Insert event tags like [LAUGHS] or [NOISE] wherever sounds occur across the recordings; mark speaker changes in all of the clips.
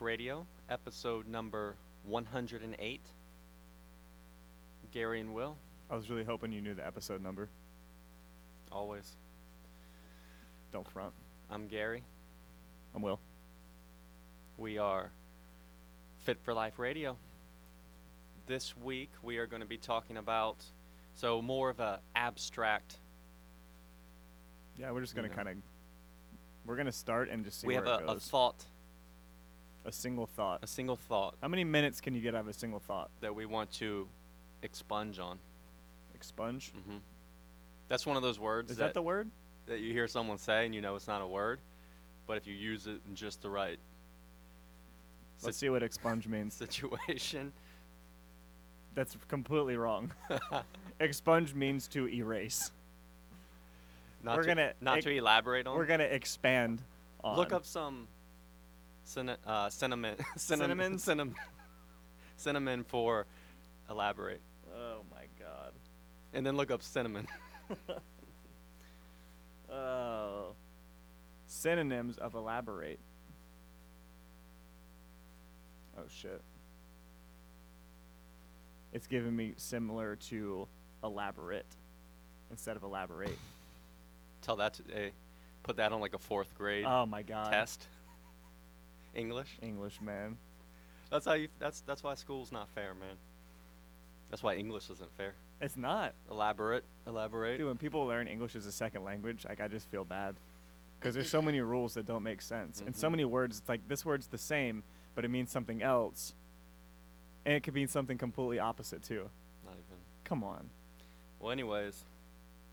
Speaker 1: Radio, episode number 108. Gary and Will,
Speaker 2: I was really hoping you knew the episode number.
Speaker 1: always.
Speaker 2: Don't front.
Speaker 1: I'm Gary.
Speaker 2: I'm Will.
Speaker 1: We are Fit for Life Radio. This week we are going to be talking about so more of a abstract.
Speaker 2: Yeah, we're just gonna
Speaker 1: Yeah.
Speaker 2: kind of. We're gonna start and just see
Speaker 1: we
Speaker 2: where
Speaker 1: have a,
Speaker 2: it
Speaker 1: a
Speaker 2: goes.
Speaker 1: thought,
Speaker 2: A single thought.
Speaker 1: a single thought
Speaker 2: How many minutes can you get out of a single thought?
Speaker 1: that we want to expunge on.
Speaker 2: Expunge.
Speaker 1: hmm That's one of those words
Speaker 2: Is that, the word?
Speaker 1: that you hear someone say and you know it's not a word, but if you use it in just the right [LAUGHS]
Speaker 2: Let's
Speaker 1: sit-
Speaker 2: see what expunge means.
Speaker 1: situation,
Speaker 2: That's
Speaker 1: [LAUGHS]
Speaker 2: completely wrong. expunge means to erase.
Speaker 1: not
Speaker 2: We're
Speaker 1: to,
Speaker 2: gonna
Speaker 1: not
Speaker 2: ig-
Speaker 1: to elaborate on.
Speaker 2: We're gonna expand. On.
Speaker 1: Oh. look up some cinna- uh, cinnamon, [LAUGHS] cinnamon,
Speaker 2: Cinnamon?
Speaker 1: cinnamon, cinnamon for elaborate,
Speaker 2: Oh my god.
Speaker 1: and then look up cinnamon. [LAUGHS]
Speaker 2: Oh. Synonyms of elaborate. Oh shit. It's giving me similar to elaborate instead of elaborate.
Speaker 1: Tell that to eh, put that on like a fourth grade
Speaker 2: Oh my god.
Speaker 1: test. [LAUGHS] English.
Speaker 2: English man.
Speaker 1: That's how you. That's that's why school's not fair, man. That's why English isn't fair.
Speaker 2: It's not.
Speaker 1: Elaborate, elaborate.
Speaker 2: Dude, when people learn English as a second language, like I just feel bad. Because there's so many rules that don't make sense. And so
Speaker 1: Mhm.
Speaker 2: many words, it's like this word's the same, but it means something else. And it could mean something completely opposite too.
Speaker 1: Not even.
Speaker 2: Come on.
Speaker 1: Well, anyways,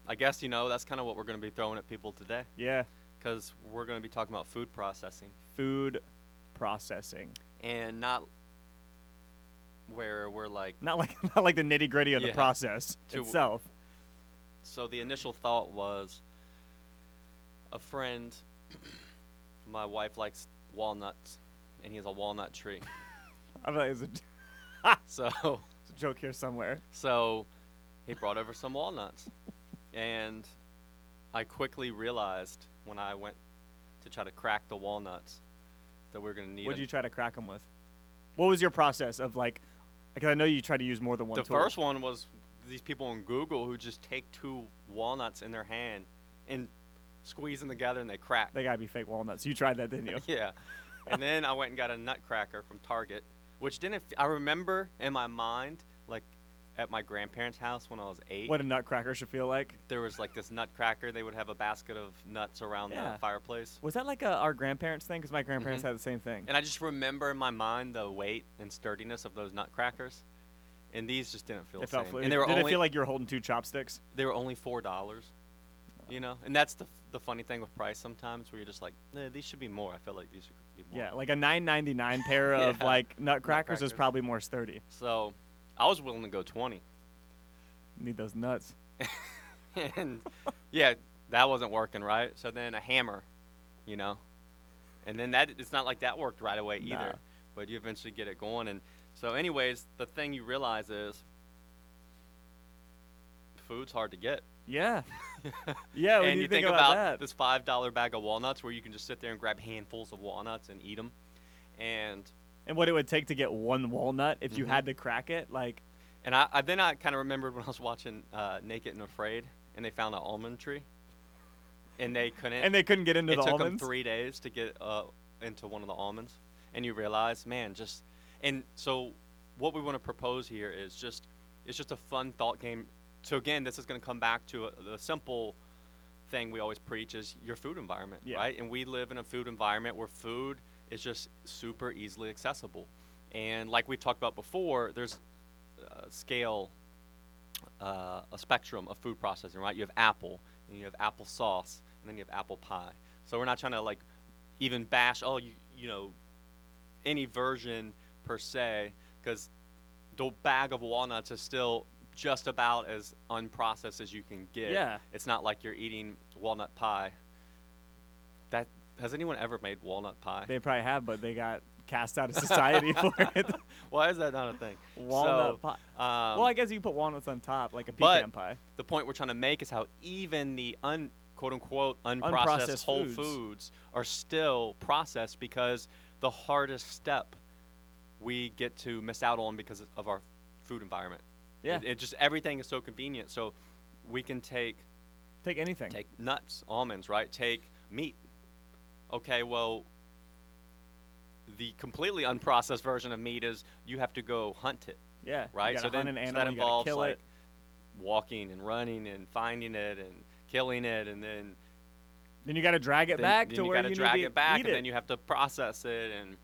Speaker 1: I guess you know that's kind of what we're going to be throwing at people today,
Speaker 2: Yeah.
Speaker 1: because we're going to be talking about food processing.
Speaker 2: food processing.
Speaker 1: and not where we're like
Speaker 2: Not like [LAUGHS] not like the nitty gritty of
Speaker 1: Yeah.
Speaker 2: the process
Speaker 1: To-
Speaker 2: itself.
Speaker 1: so the initial thought was a friend my wife likes walnuts and he has a walnut tree
Speaker 2: I thought it was a, j-
Speaker 1: so
Speaker 2: it's a joke here somewhere.
Speaker 1: so he brought over some walnuts and i quickly realized when i went to try to crack the walnuts that we are going to need
Speaker 2: What did
Speaker 1: a-
Speaker 2: you try to crack them with? What was your process of like? Because I know you try to use more than one
Speaker 1: the
Speaker 2: tool.
Speaker 1: first one was these people on google who just take two walnuts in their hand and squeeze them together and they crack
Speaker 2: They gotta be fake walnuts. You tried that, didn't you?
Speaker 1: [LAUGHS] yeah. And then I went and got a nutcracker from Target, which didn't. F- I remember in my mind, like at my grandparents' house when I was eight,
Speaker 2: what a nutcracker should feel like.
Speaker 1: there was like this nutcracker. They would have a basket of nuts around
Speaker 2: Yeah.
Speaker 1: the fireplace.
Speaker 2: Was that like a, our grandparents thing? Because my grandparents had the same thing.
Speaker 1: Mm-hmm. And I just remember in my mind the weight and sturdiness of those nutcrackers. And these just didn't feel
Speaker 2: It
Speaker 1: the
Speaker 2: felt
Speaker 1: same.
Speaker 2: fluid.
Speaker 1: And they were
Speaker 2: Did
Speaker 1: only
Speaker 2: it feel like you were holding two chopsticks?
Speaker 1: they were only four dollars. You know, and that's the f- the funny thing with price sometimes, where you're just like, nah, these should be more. I feel like these should be more.
Speaker 2: Yeah, like a 9.99 pair of
Speaker 1: [LAUGHS] Yeah.
Speaker 2: like nutcrackers, is
Speaker 1: Nutcrackers.
Speaker 2: probably more sturdy.
Speaker 1: So, I was willing to go twenty. [LAUGHS]
Speaker 2: Need those nuts.
Speaker 1: and yeah, that wasn't working right. So then a hammer, you know, and then that it's not like that worked right away either.
Speaker 2: Nah.
Speaker 1: But you eventually get it going, and so anyways, the thing you realize is food's hard to get. [LAUGHS]
Speaker 2: Yeah. yeah. [LAUGHS] When
Speaker 1: and
Speaker 2: you,
Speaker 1: you, think, about,
Speaker 2: about, that,
Speaker 1: this five dollar bag of walnuts, where you can just sit there and grab handfuls of walnuts and eat them, and
Speaker 2: and what it would take to get one walnut if you
Speaker 1: Mhm.
Speaker 2: had to crack it. Like,
Speaker 1: And I, I then I kind of remembered when I was watching uh, Naked and Afraid, and they found an almond tree, and they couldn't.
Speaker 2: and they couldn't get into
Speaker 1: it
Speaker 2: the
Speaker 1: took
Speaker 2: almonds.
Speaker 1: them three days to get uh, into one of the almonds, and you realize, man, just and so what we want to propose here is just it's just a fun thought game. So again, this is going to come back to a, the simple thing we always preach is your food environment,
Speaker 2: Yeah.
Speaker 1: right? And we live in a food environment where food is just super easily accessible, and like we've talked about before, there's a scale uh, a spectrum of food processing, right? You have apple, and you have applesauce, and then you have apple pie. So we're not trying to like even bash, oh, you, you know, any version per se, because the bag of walnuts is still just about as unprocessed as you can get.
Speaker 2: Yeah.
Speaker 1: It's not like you're eating walnut pie. That has anyone ever made walnut pie?
Speaker 2: They probably have, but they got
Speaker 1: [LAUGHS]
Speaker 2: cast out of society for it.
Speaker 1: Why is that not a thing?
Speaker 2: [LAUGHS] Walnut
Speaker 1: So,
Speaker 2: pie.
Speaker 1: Um,
Speaker 2: well, I guess you can put walnuts on top, like a
Speaker 1: but-
Speaker 2: pecan pie.
Speaker 1: the point we're trying to make is how even the un quote unquote unprocessed,
Speaker 2: Unprocessed
Speaker 1: whole foods.
Speaker 2: foods.
Speaker 1: are still processed because the hardest step we get to miss out on because of our food environment.
Speaker 2: Yeah.
Speaker 1: It, it just everything is so convenient. So we can take
Speaker 2: Take anything.
Speaker 1: take nuts, almonds, right? Take meat. Okay, well the completely unprocessed version of meat is you have to go hunt it,
Speaker 2: yeah.
Speaker 1: right?
Speaker 2: You gotta
Speaker 1: so then
Speaker 2: hunt an
Speaker 1: so
Speaker 2: animal,
Speaker 1: that
Speaker 2: you gotta
Speaker 1: involves
Speaker 2: kill
Speaker 1: like
Speaker 2: it.
Speaker 1: walking and running and finding it and killing it and then
Speaker 2: Then you got to drag it
Speaker 1: then-
Speaker 2: back
Speaker 1: then
Speaker 2: to
Speaker 1: you
Speaker 2: where
Speaker 1: gotta
Speaker 2: you
Speaker 1: drag
Speaker 2: need to
Speaker 1: it back
Speaker 2: eat
Speaker 1: and then you have to process it and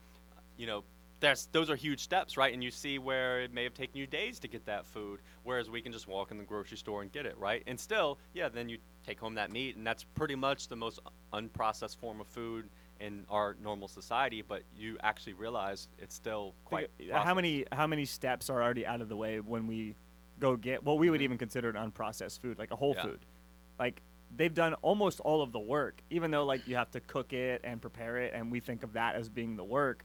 Speaker 1: you know that's those are huge steps right and you see where it may have taken you days to get that food whereas we can just walk in the grocery store and get it right and still yeah then you take home that meat and that's pretty much the most unprocessed form of food in our normal society but you actually realize it's still quite
Speaker 2: Think of- how
Speaker 1: processed.
Speaker 2: many how many steps are already out of the way when we go get what we would even consider an unprocessed food like a whole
Speaker 1: Mm-hmm. Yeah.
Speaker 2: food like they've done almost all of the work even though like you have to cook it and prepare it and we think of that as being the work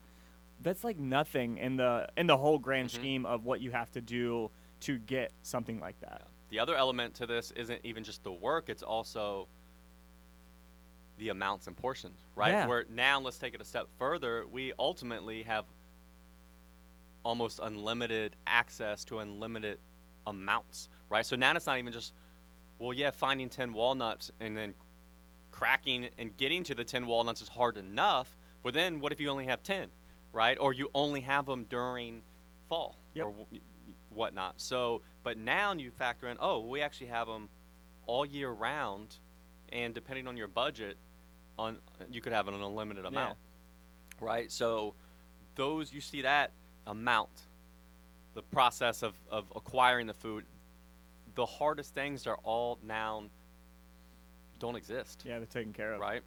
Speaker 2: that's like nothing in the in the whole grand
Speaker 1: Mhm.
Speaker 2: scheme of what you have to do to get something like that
Speaker 1: Yeah. The other element to this isn't even just the work, it's also the amounts and portions, right?
Speaker 2: Yeah.
Speaker 1: Where now let's take it a step further, we ultimately have almost unlimited access to unlimited amounts, right? So now it's not even just well, yeah, finding 10 walnuts and then cracking and getting to the 10 walnuts is hard enough, but then what if you only have 10, right? Or you only have them during fall
Speaker 2: Yep.
Speaker 1: or w- whatnot. So, but now you factor in, oh, we actually have them all year round, and depending on your budget, on you could have an unlimited amount, right? So, those you see that amount, the process of, of acquiring the food, the hardest things are all now don't exist
Speaker 2: yeah they're taken care of
Speaker 1: right?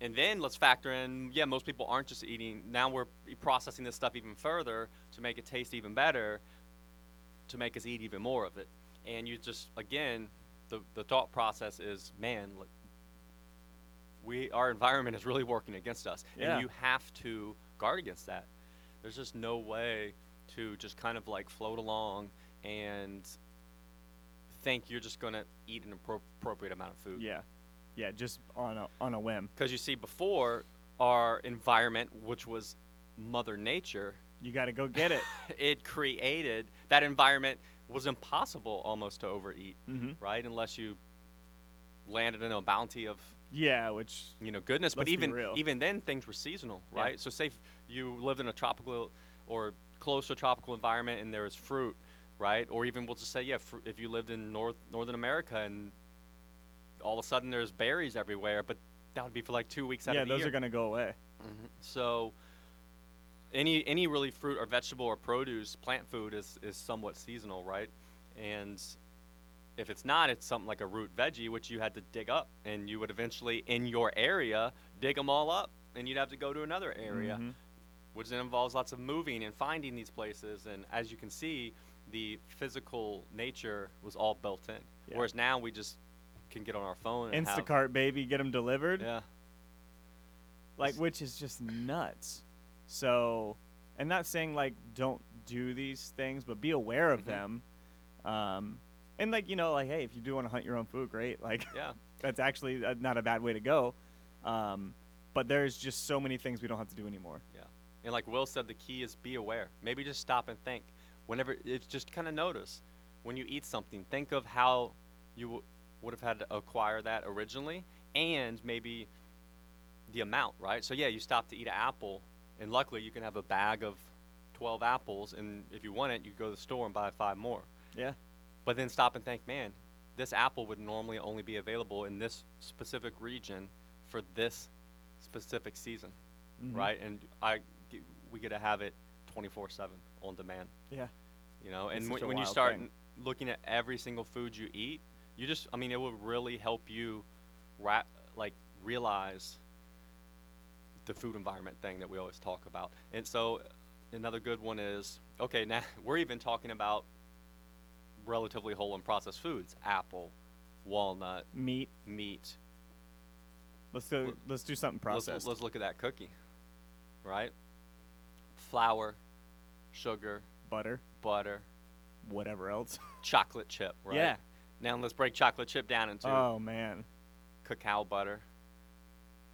Speaker 1: And then let's factor in, yeah, most people aren't just eating. Now we're e-, processing this stuff even further to make it taste even better, to make us eat even more of it. And you just, again, the, the thought process is, man, look, we our environment is really working against us,
Speaker 2: Yeah.
Speaker 1: and you have to guard against that. There's just no way to just kind of like float along and think you're just gonna eat an appro- appropriate amount of food
Speaker 2: yeah yeah just on a on a whim
Speaker 1: because you see before our environment which was mother nature [LAUGHS]
Speaker 2: you got to go get it
Speaker 1: it created that environment was impossible almost to overeat
Speaker 2: mm-hmm.
Speaker 1: right unless you landed in a bounty of
Speaker 2: yeah which
Speaker 1: you know goodness
Speaker 2: Let's
Speaker 1: but
Speaker 2: be
Speaker 1: even
Speaker 2: real.
Speaker 1: even then things were seasonal
Speaker 2: Yeah.
Speaker 1: right so say if you lived in a tropical or close to a tropical environment and there was fruit right or even we'll just say yeah fr- if you lived in north northern america and all of a sudden there's berries everywhere but that would be for like two weeks out
Speaker 2: yeah
Speaker 1: of the
Speaker 2: those
Speaker 1: year.
Speaker 2: are gonna go away
Speaker 1: So any any really fruit or vegetable or produce, plant food is is somewhat seasonal, right? And if it's not, it's something like a root veggie, which you had to dig up, and you would eventually in your area dig them all up, and you'd have to go to another area,
Speaker 2: Mhm.
Speaker 1: which then involves lots of moving and finding these places. And as you can see, the physical nature was all built in.
Speaker 2: Yeah.
Speaker 1: Whereas now we just can get on our phone and have-
Speaker 2: Instacart baby, get them delivered.
Speaker 1: yeah.
Speaker 2: Like which is just nuts. So, and not saying like don't do these things, but be aware of
Speaker 1: Mhm.
Speaker 2: them. Um, and like you know, like hey, if you do want to hunt your own food, great. [LAUGHS] Like
Speaker 1: Yeah.
Speaker 2: that's actually uh, not a bad way to go. Um, but there's just so many things we don't have to do anymore.
Speaker 1: And like Will said, the key is be aware. Maybe just stop and think. Whenever it's just kind of notice when you eat something, think of how you w- would have had to acquire that originally, and maybe the amount, right? So yeah, you stop to eat an apple, and luckily you can have a bag of 12 apples, and if you want it, you go to the store and buy five more.
Speaker 2: Yeah.
Speaker 1: But then stop and think, man, this apple would normally only be available in this specific region for this specific season
Speaker 2: Mhm.
Speaker 1: right? And I, g- we get to have it 24/7 on demand,
Speaker 2: Yeah.
Speaker 1: you know.
Speaker 2: It's
Speaker 1: And
Speaker 2: such a
Speaker 1: when, when you
Speaker 2: wild
Speaker 1: start
Speaker 2: thing.
Speaker 1: n- looking at every single food you eat, you just, I mean, it will really help you, ra- like realize the food environment thing that we always talk about. And so, another good one is okay. Now [LAUGHS] we're even talking about relatively whole and processed foods: apple, walnut,
Speaker 2: Meat.
Speaker 1: meat,
Speaker 2: Let's do.
Speaker 1: Well,
Speaker 2: Let's do something
Speaker 1: Let's-
Speaker 2: processed.
Speaker 1: Let's, look at that cookie, right? Flour, sugar,
Speaker 2: Butter.
Speaker 1: butter,
Speaker 2: Whatever else.
Speaker 1: chocolate chip, right?
Speaker 2: Yeah.
Speaker 1: Now let's break chocolate chip down into
Speaker 2: Oh man,
Speaker 1: cacao butter,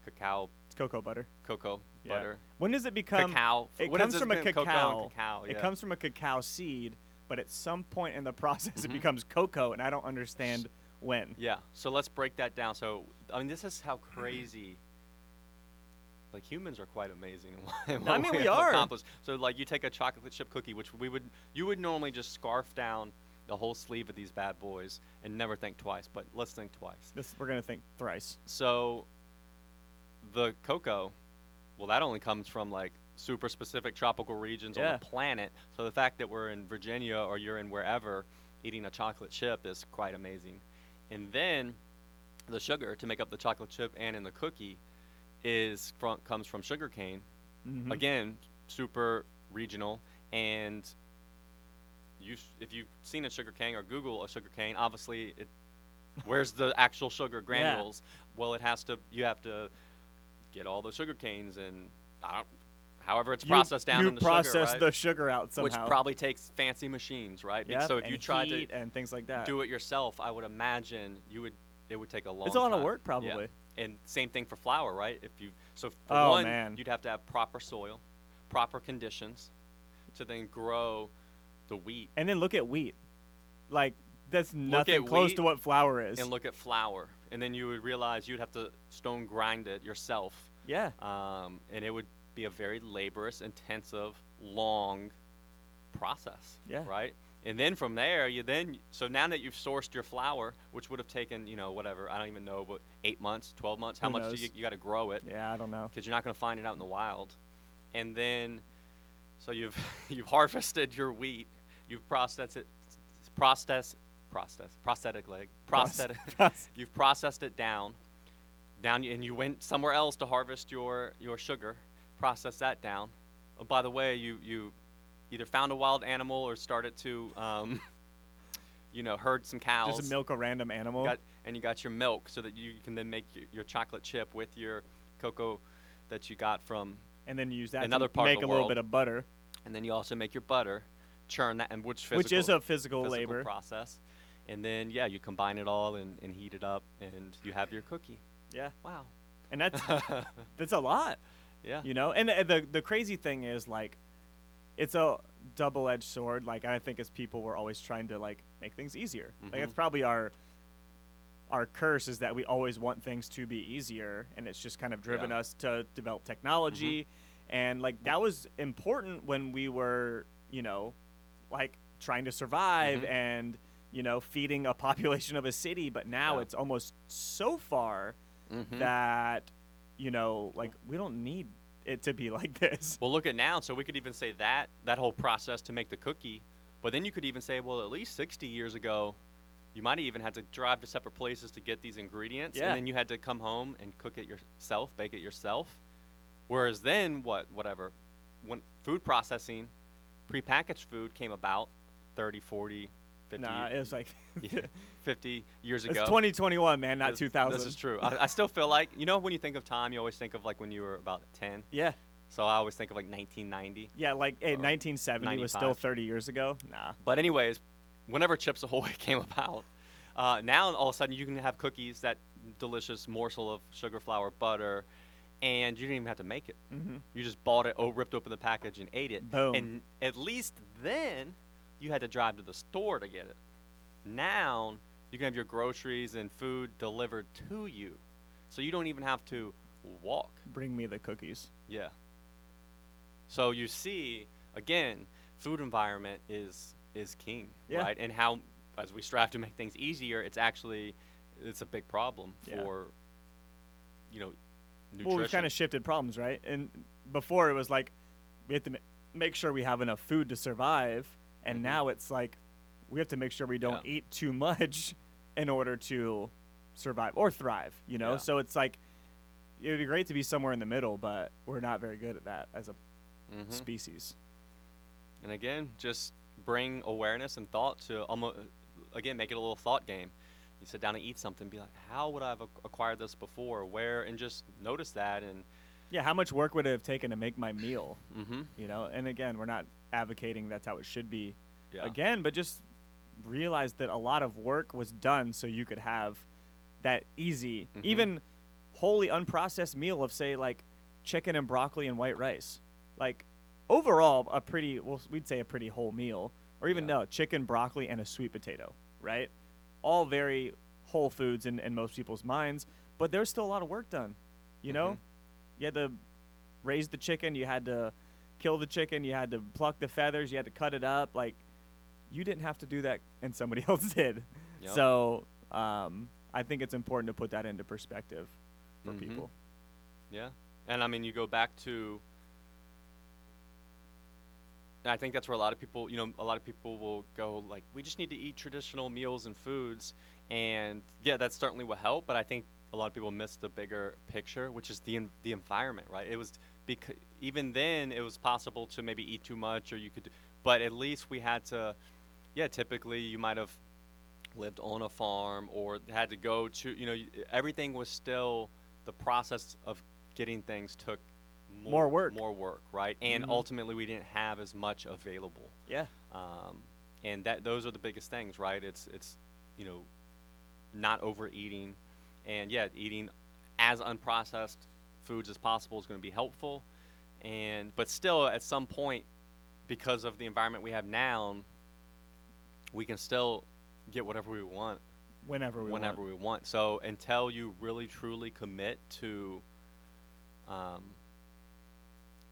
Speaker 1: cacao
Speaker 2: it's cocoa butter.
Speaker 1: cocoa
Speaker 2: Yeah.
Speaker 1: butter.
Speaker 2: When does it become
Speaker 1: cacao.
Speaker 2: It
Speaker 1: What
Speaker 2: comes
Speaker 1: is
Speaker 2: from a
Speaker 1: this been? Cocoa
Speaker 2: cacao.
Speaker 1: and cacao,
Speaker 2: It
Speaker 1: yeah.
Speaker 2: comes from a cacao seed, but at some point in the [LAUGHS] process, it becomes cocoa, and I don't understand when.
Speaker 1: Mm-hmm. Yeah. So let's break that down. So I mean, this is how crazy. Like humans are quite amazing. in [LAUGHS] what
Speaker 2: I mean, we
Speaker 1: have
Speaker 2: are.
Speaker 1: accomplished. So like, you take a chocolate chip cookie, which we would, you would normally just scarf down the whole sleeve of these bad boys and never think twice. But let's think twice.
Speaker 2: This we're gonna think thrice.
Speaker 1: So the cocoa, well, that only comes from like super specific tropical regions on
Speaker 2: Yeah.
Speaker 1: the planet. So the fact that we're in Virginia or you're in wherever eating a chocolate chip is quite amazing. And then the sugar to make up the chocolate chip and in the cookie is from comes from sugarcane.
Speaker 2: Mhm.
Speaker 1: Again, super regional and you s- if you've seen a sugar cane or Google a sugar cane, obviously
Speaker 2: [LAUGHS]
Speaker 1: it where's the actual sugar granules? Well, it has to you have to get all the sugar canes and I don't, however it's
Speaker 2: You-
Speaker 1: processed down
Speaker 2: you
Speaker 1: into
Speaker 2: process
Speaker 1: sugar, right?
Speaker 2: the sugar out somehow.
Speaker 1: which probably takes fancy machines, right? Be-
Speaker 2: Yep,
Speaker 1: So if you
Speaker 2: and
Speaker 1: tried
Speaker 2: heat
Speaker 1: to
Speaker 2: and things like that.
Speaker 1: do it yourself, I would imagine you would it would take a long
Speaker 2: it's a lot of
Speaker 1: time.
Speaker 2: work
Speaker 1: Yeah.
Speaker 2: probably.
Speaker 1: And same thing for flour, right? If you so for
Speaker 2: Oh,
Speaker 1: one,
Speaker 2: man.
Speaker 1: you'd have to have proper soil, proper conditions to then grow the wheat
Speaker 2: And then look at wheat. Like that's nothing
Speaker 1: at
Speaker 2: close
Speaker 1: wheat
Speaker 2: to what flour is.
Speaker 1: and look at flour, and then you would realize you'd have to stone grind it yourself,
Speaker 2: yeah.
Speaker 1: um, and it would be a very laborious, intensive, long process.
Speaker 2: Yeah.
Speaker 1: Right. And then from there, you then so now that you've sourced your flour, which would have taken you know whatever I don't even know, but eight months, twelve months, how
Speaker 2: Who
Speaker 1: much
Speaker 2: knows?
Speaker 1: do you, you got to grow it?
Speaker 2: Yeah, I don't know.
Speaker 1: because you're not going to find it out in the wild. And then, so you've [LAUGHS] you've harvested your wheat, you've processed it, process, process, prosthetic leg, prosthetic.
Speaker 2: Process.
Speaker 1: [LAUGHS] you've processed it down, down, you- and you went somewhere else to harvest your your sugar, process that down. Oh, by the way, you you either found a wild animal or started to, um, [LAUGHS] you know, herd some cows.
Speaker 2: Just milk a random animal.
Speaker 1: You got, and you got your milk so that you can then make your, your chocolate chip with your cocoa that you got from,
Speaker 2: and then use that
Speaker 1: Another
Speaker 2: to
Speaker 1: part of
Speaker 2: make
Speaker 1: the
Speaker 2: a little
Speaker 1: world.
Speaker 2: bit of butter,
Speaker 1: and then you also make your butter, churn that, and which physical,
Speaker 2: which is a physical,
Speaker 1: physical
Speaker 2: labor.
Speaker 1: process. And then yeah, you combine it all and, and heat it up, and you have your cookie.
Speaker 2: Yeah,
Speaker 1: Wow. [LAUGHS]
Speaker 2: and that's that's a lot,
Speaker 1: yeah.
Speaker 2: you know. And uh, the, the the crazy thing is like, it's a double-edged sword. Like I think as people, we're always trying to like make things easier. Like
Speaker 1: Mhm.
Speaker 2: it's probably our our curse is that we always want things to be easier, and it's just kind of driven
Speaker 1: Yeah. Mm-hmm.
Speaker 2: us to develop technology, and like that was important when we were, you know, like trying to survive
Speaker 1: Mhm.
Speaker 2: and you know feeding a population of a city. But now
Speaker 1: Yeah.
Speaker 2: it's almost so far
Speaker 1: Mhm.
Speaker 2: that you know like we don't need it to be [LAUGHS] like this
Speaker 1: Well, look at now. So we could even say that that whole process to make the cookie, but then you could even say, well, at least 60 years ago, you might have even had to drive to separate places to get these ingredients,
Speaker 2: Yeah.
Speaker 1: and then you had to come home and cook it yourself, bake it yourself. Whereas then, what, whatever, when food processing, prepackaged food came about 30, 40, 50,
Speaker 2: nah it's like
Speaker 1: [LAUGHS] yeah, 50 years
Speaker 2: it's
Speaker 1: ago.
Speaker 2: 2021 man not
Speaker 1: This-
Speaker 2: 2000
Speaker 1: This is true. I, I still feel like you know when you think of time, you always think of like when you were about 10.
Speaker 2: yeah
Speaker 1: So I always think of like 1990.
Speaker 2: yeah like hey,
Speaker 1: Uh,
Speaker 2: 1970 was still
Speaker 1: 95.
Speaker 2: 30 years ago nah
Speaker 1: But anyways, whenever Chips Ahoy [LAUGHS] came about, uh, now all of a sudden you can have cookies that delicious morsel of sugar, flour, butter, and you didn't even have to make it.
Speaker 2: Mhm.
Speaker 1: You just bought it, oh, ripped open the package, and ate it.
Speaker 2: Boom.
Speaker 1: And at least then you had to drive to the store to get it. Now you can have your groceries and food delivered to you, so you don't even have to walk.
Speaker 2: bring me the cookies
Speaker 1: Yeah. So you see, again, food environment is is king,
Speaker 2: Yeah.
Speaker 1: right? And how, as we strive to make things easier, it's actually it's a big problem
Speaker 2: Yeah.
Speaker 1: for you know nutrition.
Speaker 2: well we've kind of shifted problems right and before it was like we have to ma- make sure we have enough food to survive and
Speaker 1: Mhm.
Speaker 2: now it's like we have to make sure we don't
Speaker 1: Yeah.
Speaker 2: eat too much [LAUGHS] in order to survive or thrive you know
Speaker 1: Yeah.
Speaker 2: so it's like it would be great to be somewhere in the middle but we're not very good at that as a
Speaker 1: Mhm.
Speaker 2: species
Speaker 1: And again, just bring awareness and thought to almost again make it a little thought game. You sit down and eat something, be like, how would I have ac- acquired this before? Where? And just notice that and.
Speaker 2: yeah how much work would it have taken to make my meal
Speaker 1: Mm-hmm.
Speaker 2: you know and again we're not advocating that's how it should be
Speaker 1: Yeah.
Speaker 2: again, but just realize that a lot of work was done so you could have that easy,
Speaker 1: Mhm.
Speaker 2: even wholly unprocessed meal of say like chicken and broccoli and white rice. Like overall, a pretty well, we'd say a pretty whole meal, or even
Speaker 1: Yeah.
Speaker 2: no chicken, broccoli, and a sweet potato, right? All very whole foods in, in most people's minds, but there's still a lot of work done. You
Speaker 1: Mm-hmm.
Speaker 2: know, you had to raise the chicken, you had to kill the chicken, you had to pluck the feathers, you had to cut it up. Like you didn't have to do that, [LAUGHS] and somebody else did.
Speaker 1: Yep.
Speaker 2: So um, I think it's important to put that into perspective for
Speaker 1: Mhm.
Speaker 2: people.
Speaker 1: Yeah. And I mean, you go back to. And I think that's where a lot of people, you know, a lot of people will go like, we just need to eat traditional meals and foods. And yeah, that certainly will help. But I think a lot of people miss the bigger picture, which is the en- the environment, right? It was because even then it was possible to maybe eat too much, or you could, but at least we had to. Yeah, typically you might have lived on a farm or had to go to you know y- everything was still the process of getting things took more,
Speaker 2: More work.
Speaker 1: more work right and
Speaker 2: Mhm.
Speaker 1: ultimately we didn't have as much available
Speaker 2: Yeah.
Speaker 1: um, and that those are the biggest things right it's it's you know not overeating and yeah eating as unprocessed foods as possible is going to be helpful and but still at some point because of the environment we have now we can still get whatever we want
Speaker 2: Whenever we
Speaker 1: whenever
Speaker 2: want.
Speaker 1: we want. So until you really truly commit to, um,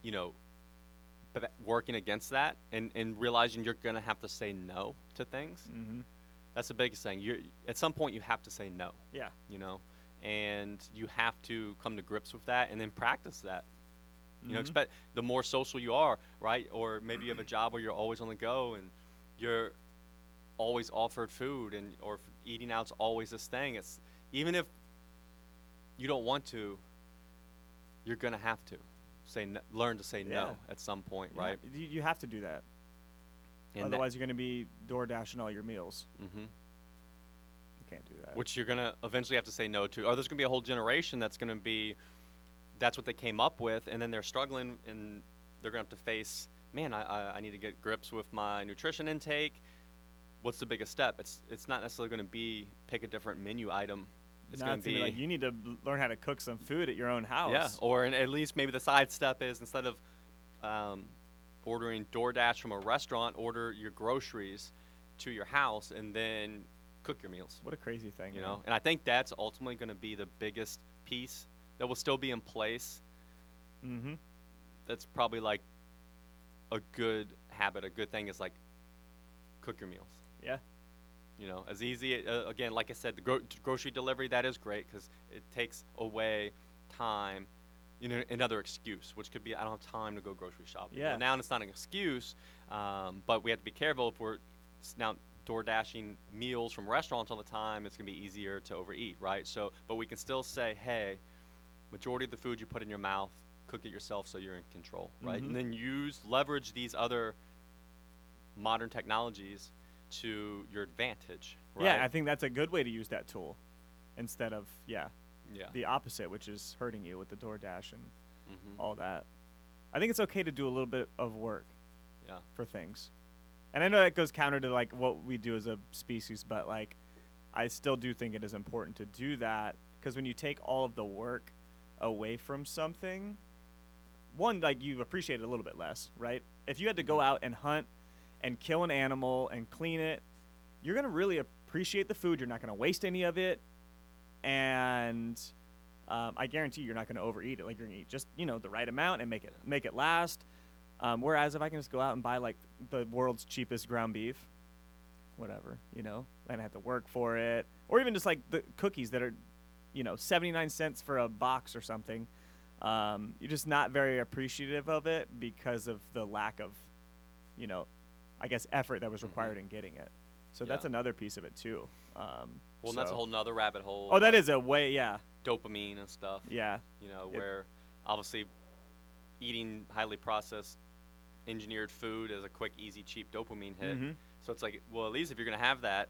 Speaker 1: you know, b- that- working against that and, and realizing you're gonna have to say no to things.
Speaker 2: Mm-hmm.
Speaker 1: That's the biggest thing. You at some point you have to say no.
Speaker 2: Yeah.
Speaker 1: You know, and you have to come to grips with that and then practice that. You know,
Speaker 2: Mhm.
Speaker 1: expect the more social you are, right? Or maybe you have a job where you're always on the go and you're always offered food and or f- eating out's always this thing. It's even if you don't want to, you're gonna have to say no, learn to say
Speaker 2: Yeah.
Speaker 1: no at some point, right?
Speaker 2: You, you have to do that. Otherwise, you're going to be door dashing all your meals.
Speaker 1: hmm
Speaker 2: You can't do that.
Speaker 1: which you're gonna eventually have to say no to. Or there's gonna be a whole generation that's gonna be, that's what they came up with, and then they're struggling, and they're gonna have to face, man, I, I, I need to get grips with my nutrition intake. What's the biggest step? It's it's not necessarily gonna be pick a different menu item. It's
Speaker 2: Now
Speaker 1: gonna
Speaker 2: it's gonna like you need to l- learn how to cook some food at your own house.
Speaker 1: yeah, or an, at least maybe the side step is instead of um, ordering DoorDash from a restaurant, order your groceries to your house and then cook your meals
Speaker 2: What a crazy thing.
Speaker 1: you
Speaker 2: man.
Speaker 1: know and i think that's ultimately going to be the biggest piece that will still be in place
Speaker 2: Mhm.
Speaker 1: that's probably like a good habit a good thing is like cook your meals
Speaker 2: Yeah.
Speaker 1: you know as easy uh, again like i said the gro- grocery delivery that is great because it takes away time you know another excuse which could be i don't have time to go grocery shopping Well,
Speaker 2: Yeah.
Speaker 1: now it's not an excuse um, but we have to be careful if we're s- now door dashing meals from restaurants all the time it's going to be easier to overeat right so but we can still say hey majority of the food you put in your mouth cook it yourself so you're in control right
Speaker 2: Mhm.
Speaker 1: and then use leverage these other modern technologies to your advantage right
Speaker 2: Yeah, I think that's a good way to use that tool instead of yeah
Speaker 1: yeah
Speaker 2: the opposite, which is hurting you with the door dash and
Speaker 1: hmm
Speaker 2: all that. I think it's okay to do a little bit of work
Speaker 1: yeah
Speaker 2: for things. And I know that goes counter to like what we do as a species, but like I still do think it is important to do that because when you take all of the work away from something, one like you appreciate it a little bit less, right? If you had to go out and hunt and kill an animal and clean it, you're going to really appreciate the food. You're not going to waste any of it. And um, I guarantee you're not going to overeat it. Like you're going to eat just, you know, the right amount and make it make it last. Um, whereas if I can just go out and buy like the world's cheapest ground beef, whatever, you know, and I have to work for it, or even just like the cookies that are, you know, 79 cents for a box or something, um, you're just not very appreciative of it because of the lack of, you know, I guess effort that was required in getting it. So that's
Speaker 1: Yeah.
Speaker 2: another piece of it too. Um,
Speaker 1: well and that's a
Speaker 2: so-
Speaker 1: whole nother rabbit hole
Speaker 2: Oh, that is a way. Yeah,
Speaker 1: dopamine and stuff
Speaker 2: yeah.
Speaker 1: you know,
Speaker 2: Yep.
Speaker 1: where obviously eating highly processed, engineered food is a quick, easy, cheap dopamine hit.
Speaker 2: Mhm.
Speaker 1: So it's like, well, at least if you're going to have that,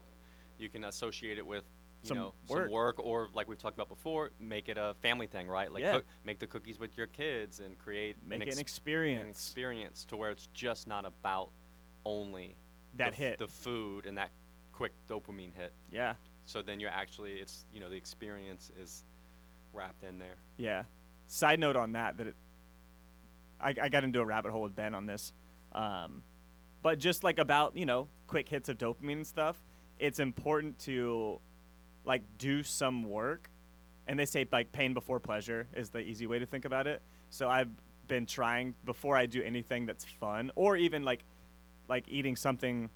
Speaker 1: you can associate it with, you
Speaker 2: Some
Speaker 1: know,
Speaker 2: work.
Speaker 1: some work or like we've talked about before, make it a family thing, right? Like
Speaker 2: Yeah.
Speaker 1: cook, make the cookies with your kids and create
Speaker 2: Make it an
Speaker 1: ex- an
Speaker 2: experience
Speaker 1: experience to where it's just not about only the
Speaker 2: that
Speaker 1: f-
Speaker 2: hit.
Speaker 1: the food and that quick dopamine hit.
Speaker 2: yeah.
Speaker 1: So then you're actually, it's, you know, the experience is wrapped in there.
Speaker 2: Yeah. Side note on that that it, I, I got into a rabbit hole with Ben on this, um, but just like about you know quick hits of dopamine and stuff, it's important to like do some work, and they say like pain before pleasure is the easy way to think about it. So I've been trying before I do anything that's fun or even like like eating something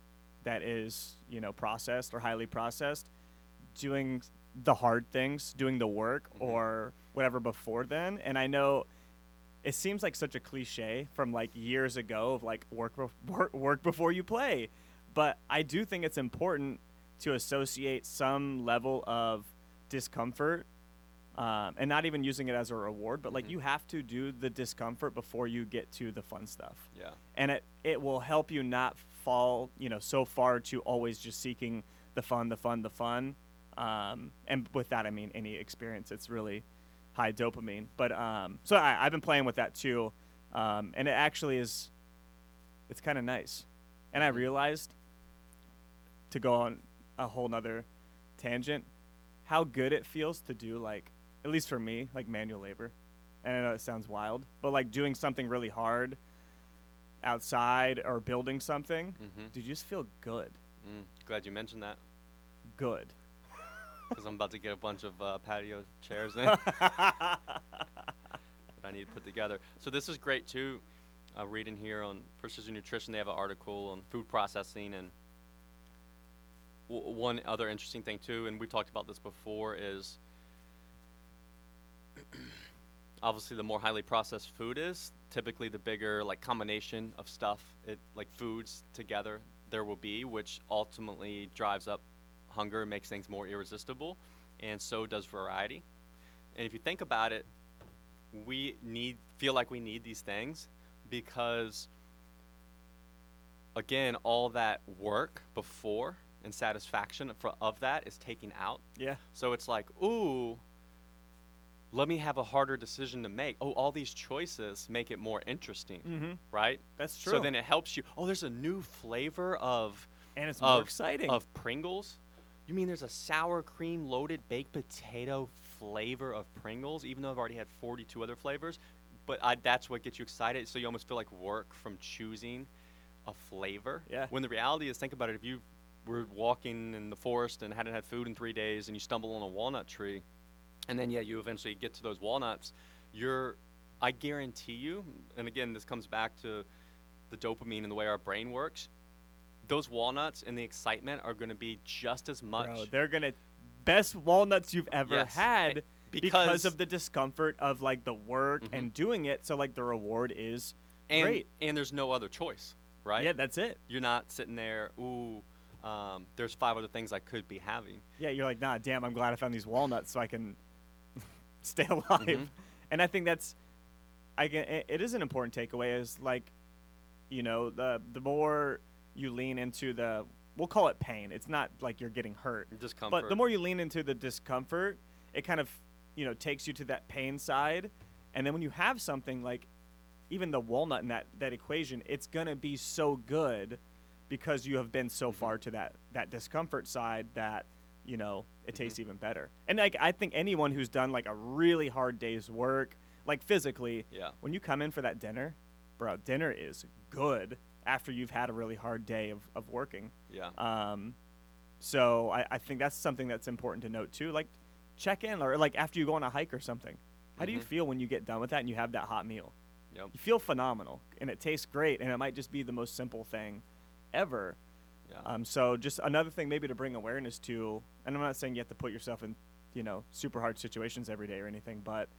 Speaker 2: that is you know processed or highly processed doing the hard things doing the work or whatever before then and i know it seems like such a cliche from like years ago of like work bef- work, work before you play but i do think it's important to associate some level of discomfort um, and not even using it as a reward but like you have to do the discomfort before you get to the fun stuff
Speaker 1: Yeah.
Speaker 2: and it it will help you not fall you know so far to always just seeking the fun the fun the fun um, and with that i mean any experience it's really high dopamine but um, so I, i've been playing with that too um, and it actually is it's kind of nice and i realized to go on a whole nother tangent how good it feels to do like at least for me like manual labor and i know it sounds wild but like doing something really hard outside or building something,
Speaker 1: Mhm.
Speaker 2: dude, you just feel good.
Speaker 1: Mm, glad you mentioned that
Speaker 2: Good.
Speaker 1: because I'm about to get a bunch of uh, patio chairs in that I need to put together. So this is great too. Uh, reading here on Precision Nutrition, they have an article on food processing and w- one other interesting thing too. And we talked about this before is obviously the more highly processed food is, typically the bigger like combination of stuff, it like foods together there will be, which ultimately drives up hunger, makes things more irresistible, and so does variety. And if you think about it, we need feel like we need these things because again, all that work before and satisfaction fro- of that is taken out
Speaker 2: yeah.
Speaker 1: so it's like, ooh, let me have a harder decision to make. Oh, all these choices make it more interesting,
Speaker 2: Mm-hmm.
Speaker 1: right?
Speaker 2: That's true.
Speaker 1: So then it helps you. Oh, there's a new flavor of
Speaker 2: and it's more
Speaker 1: of
Speaker 2: exciting.
Speaker 1: of Pringles. You mean there's a sour cream loaded baked potato flavor of Pringles, even though I've already had 42 other flavors? But I, that's what gets you excited. So you almost feel like work from choosing a flavor.
Speaker 2: Yeah.
Speaker 1: When the reality is, think about it. If you were walking in the forest and hadn't had food in three days, and you stumble on a walnut tree, and then yeah, you eventually get to those walnuts. You're, I guarantee you. And again, this comes back to the dopamine and the way our brain works. Those walnuts and the excitement are going to be just as much.
Speaker 2: Bro, they're gonna best walnuts you've ever
Speaker 1: Yes,
Speaker 2: had
Speaker 1: a-
Speaker 2: Eh, because Mm-hmm.
Speaker 1: because-
Speaker 2: of the discomfort of like the work
Speaker 1: Mhm.
Speaker 2: and doing it. So like the reward is
Speaker 1: and,
Speaker 2: great.
Speaker 1: and there's no other choice, right?
Speaker 2: Yeah, that's it.
Speaker 1: You're not sitting there. Ooh, um, there's five other things I could be having.
Speaker 2: Yeah, you're like, nah, damn, I'm glad I found these walnuts so I can [LAUGHS] stay alive.
Speaker 1: Mhm.
Speaker 2: And I think that's, I can, it- it is an important takeaway is like, you know, the the more you lean into the, we'll call it pain. It's not like you're getting hurt,
Speaker 1: Discomfort.
Speaker 2: but the more you lean into the discomfort, it kind of, you know, takes you to that pain side. And then when you have something like even the walnut in that, that equation, it's going to be so good because you have been so far to that, that discomfort side that, you know, it tastes even better. And like, I think anyone who's done like a really hard day's work, like physically,
Speaker 1: Yeah.
Speaker 2: when you come in for that dinner, bro, dinner is good after you've had a really hard day of, of working.
Speaker 1: yeah.
Speaker 2: Um, so I, I think that's something that's important to note too. Like, check in or like after you go on a hike or something. How do you
Speaker 1: Mhm.
Speaker 2: feel when you get done with that and you have that hot meal?
Speaker 1: Yep.
Speaker 2: You feel phenomenal and it tastes great and it might just be the most simple thing ever.
Speaker 1: Yeah.
Speaker 2: Um, so just another thing maybe to bring awareness to, and I'm not saying you have to put yourself in, you know, super hard situations every day or anything, but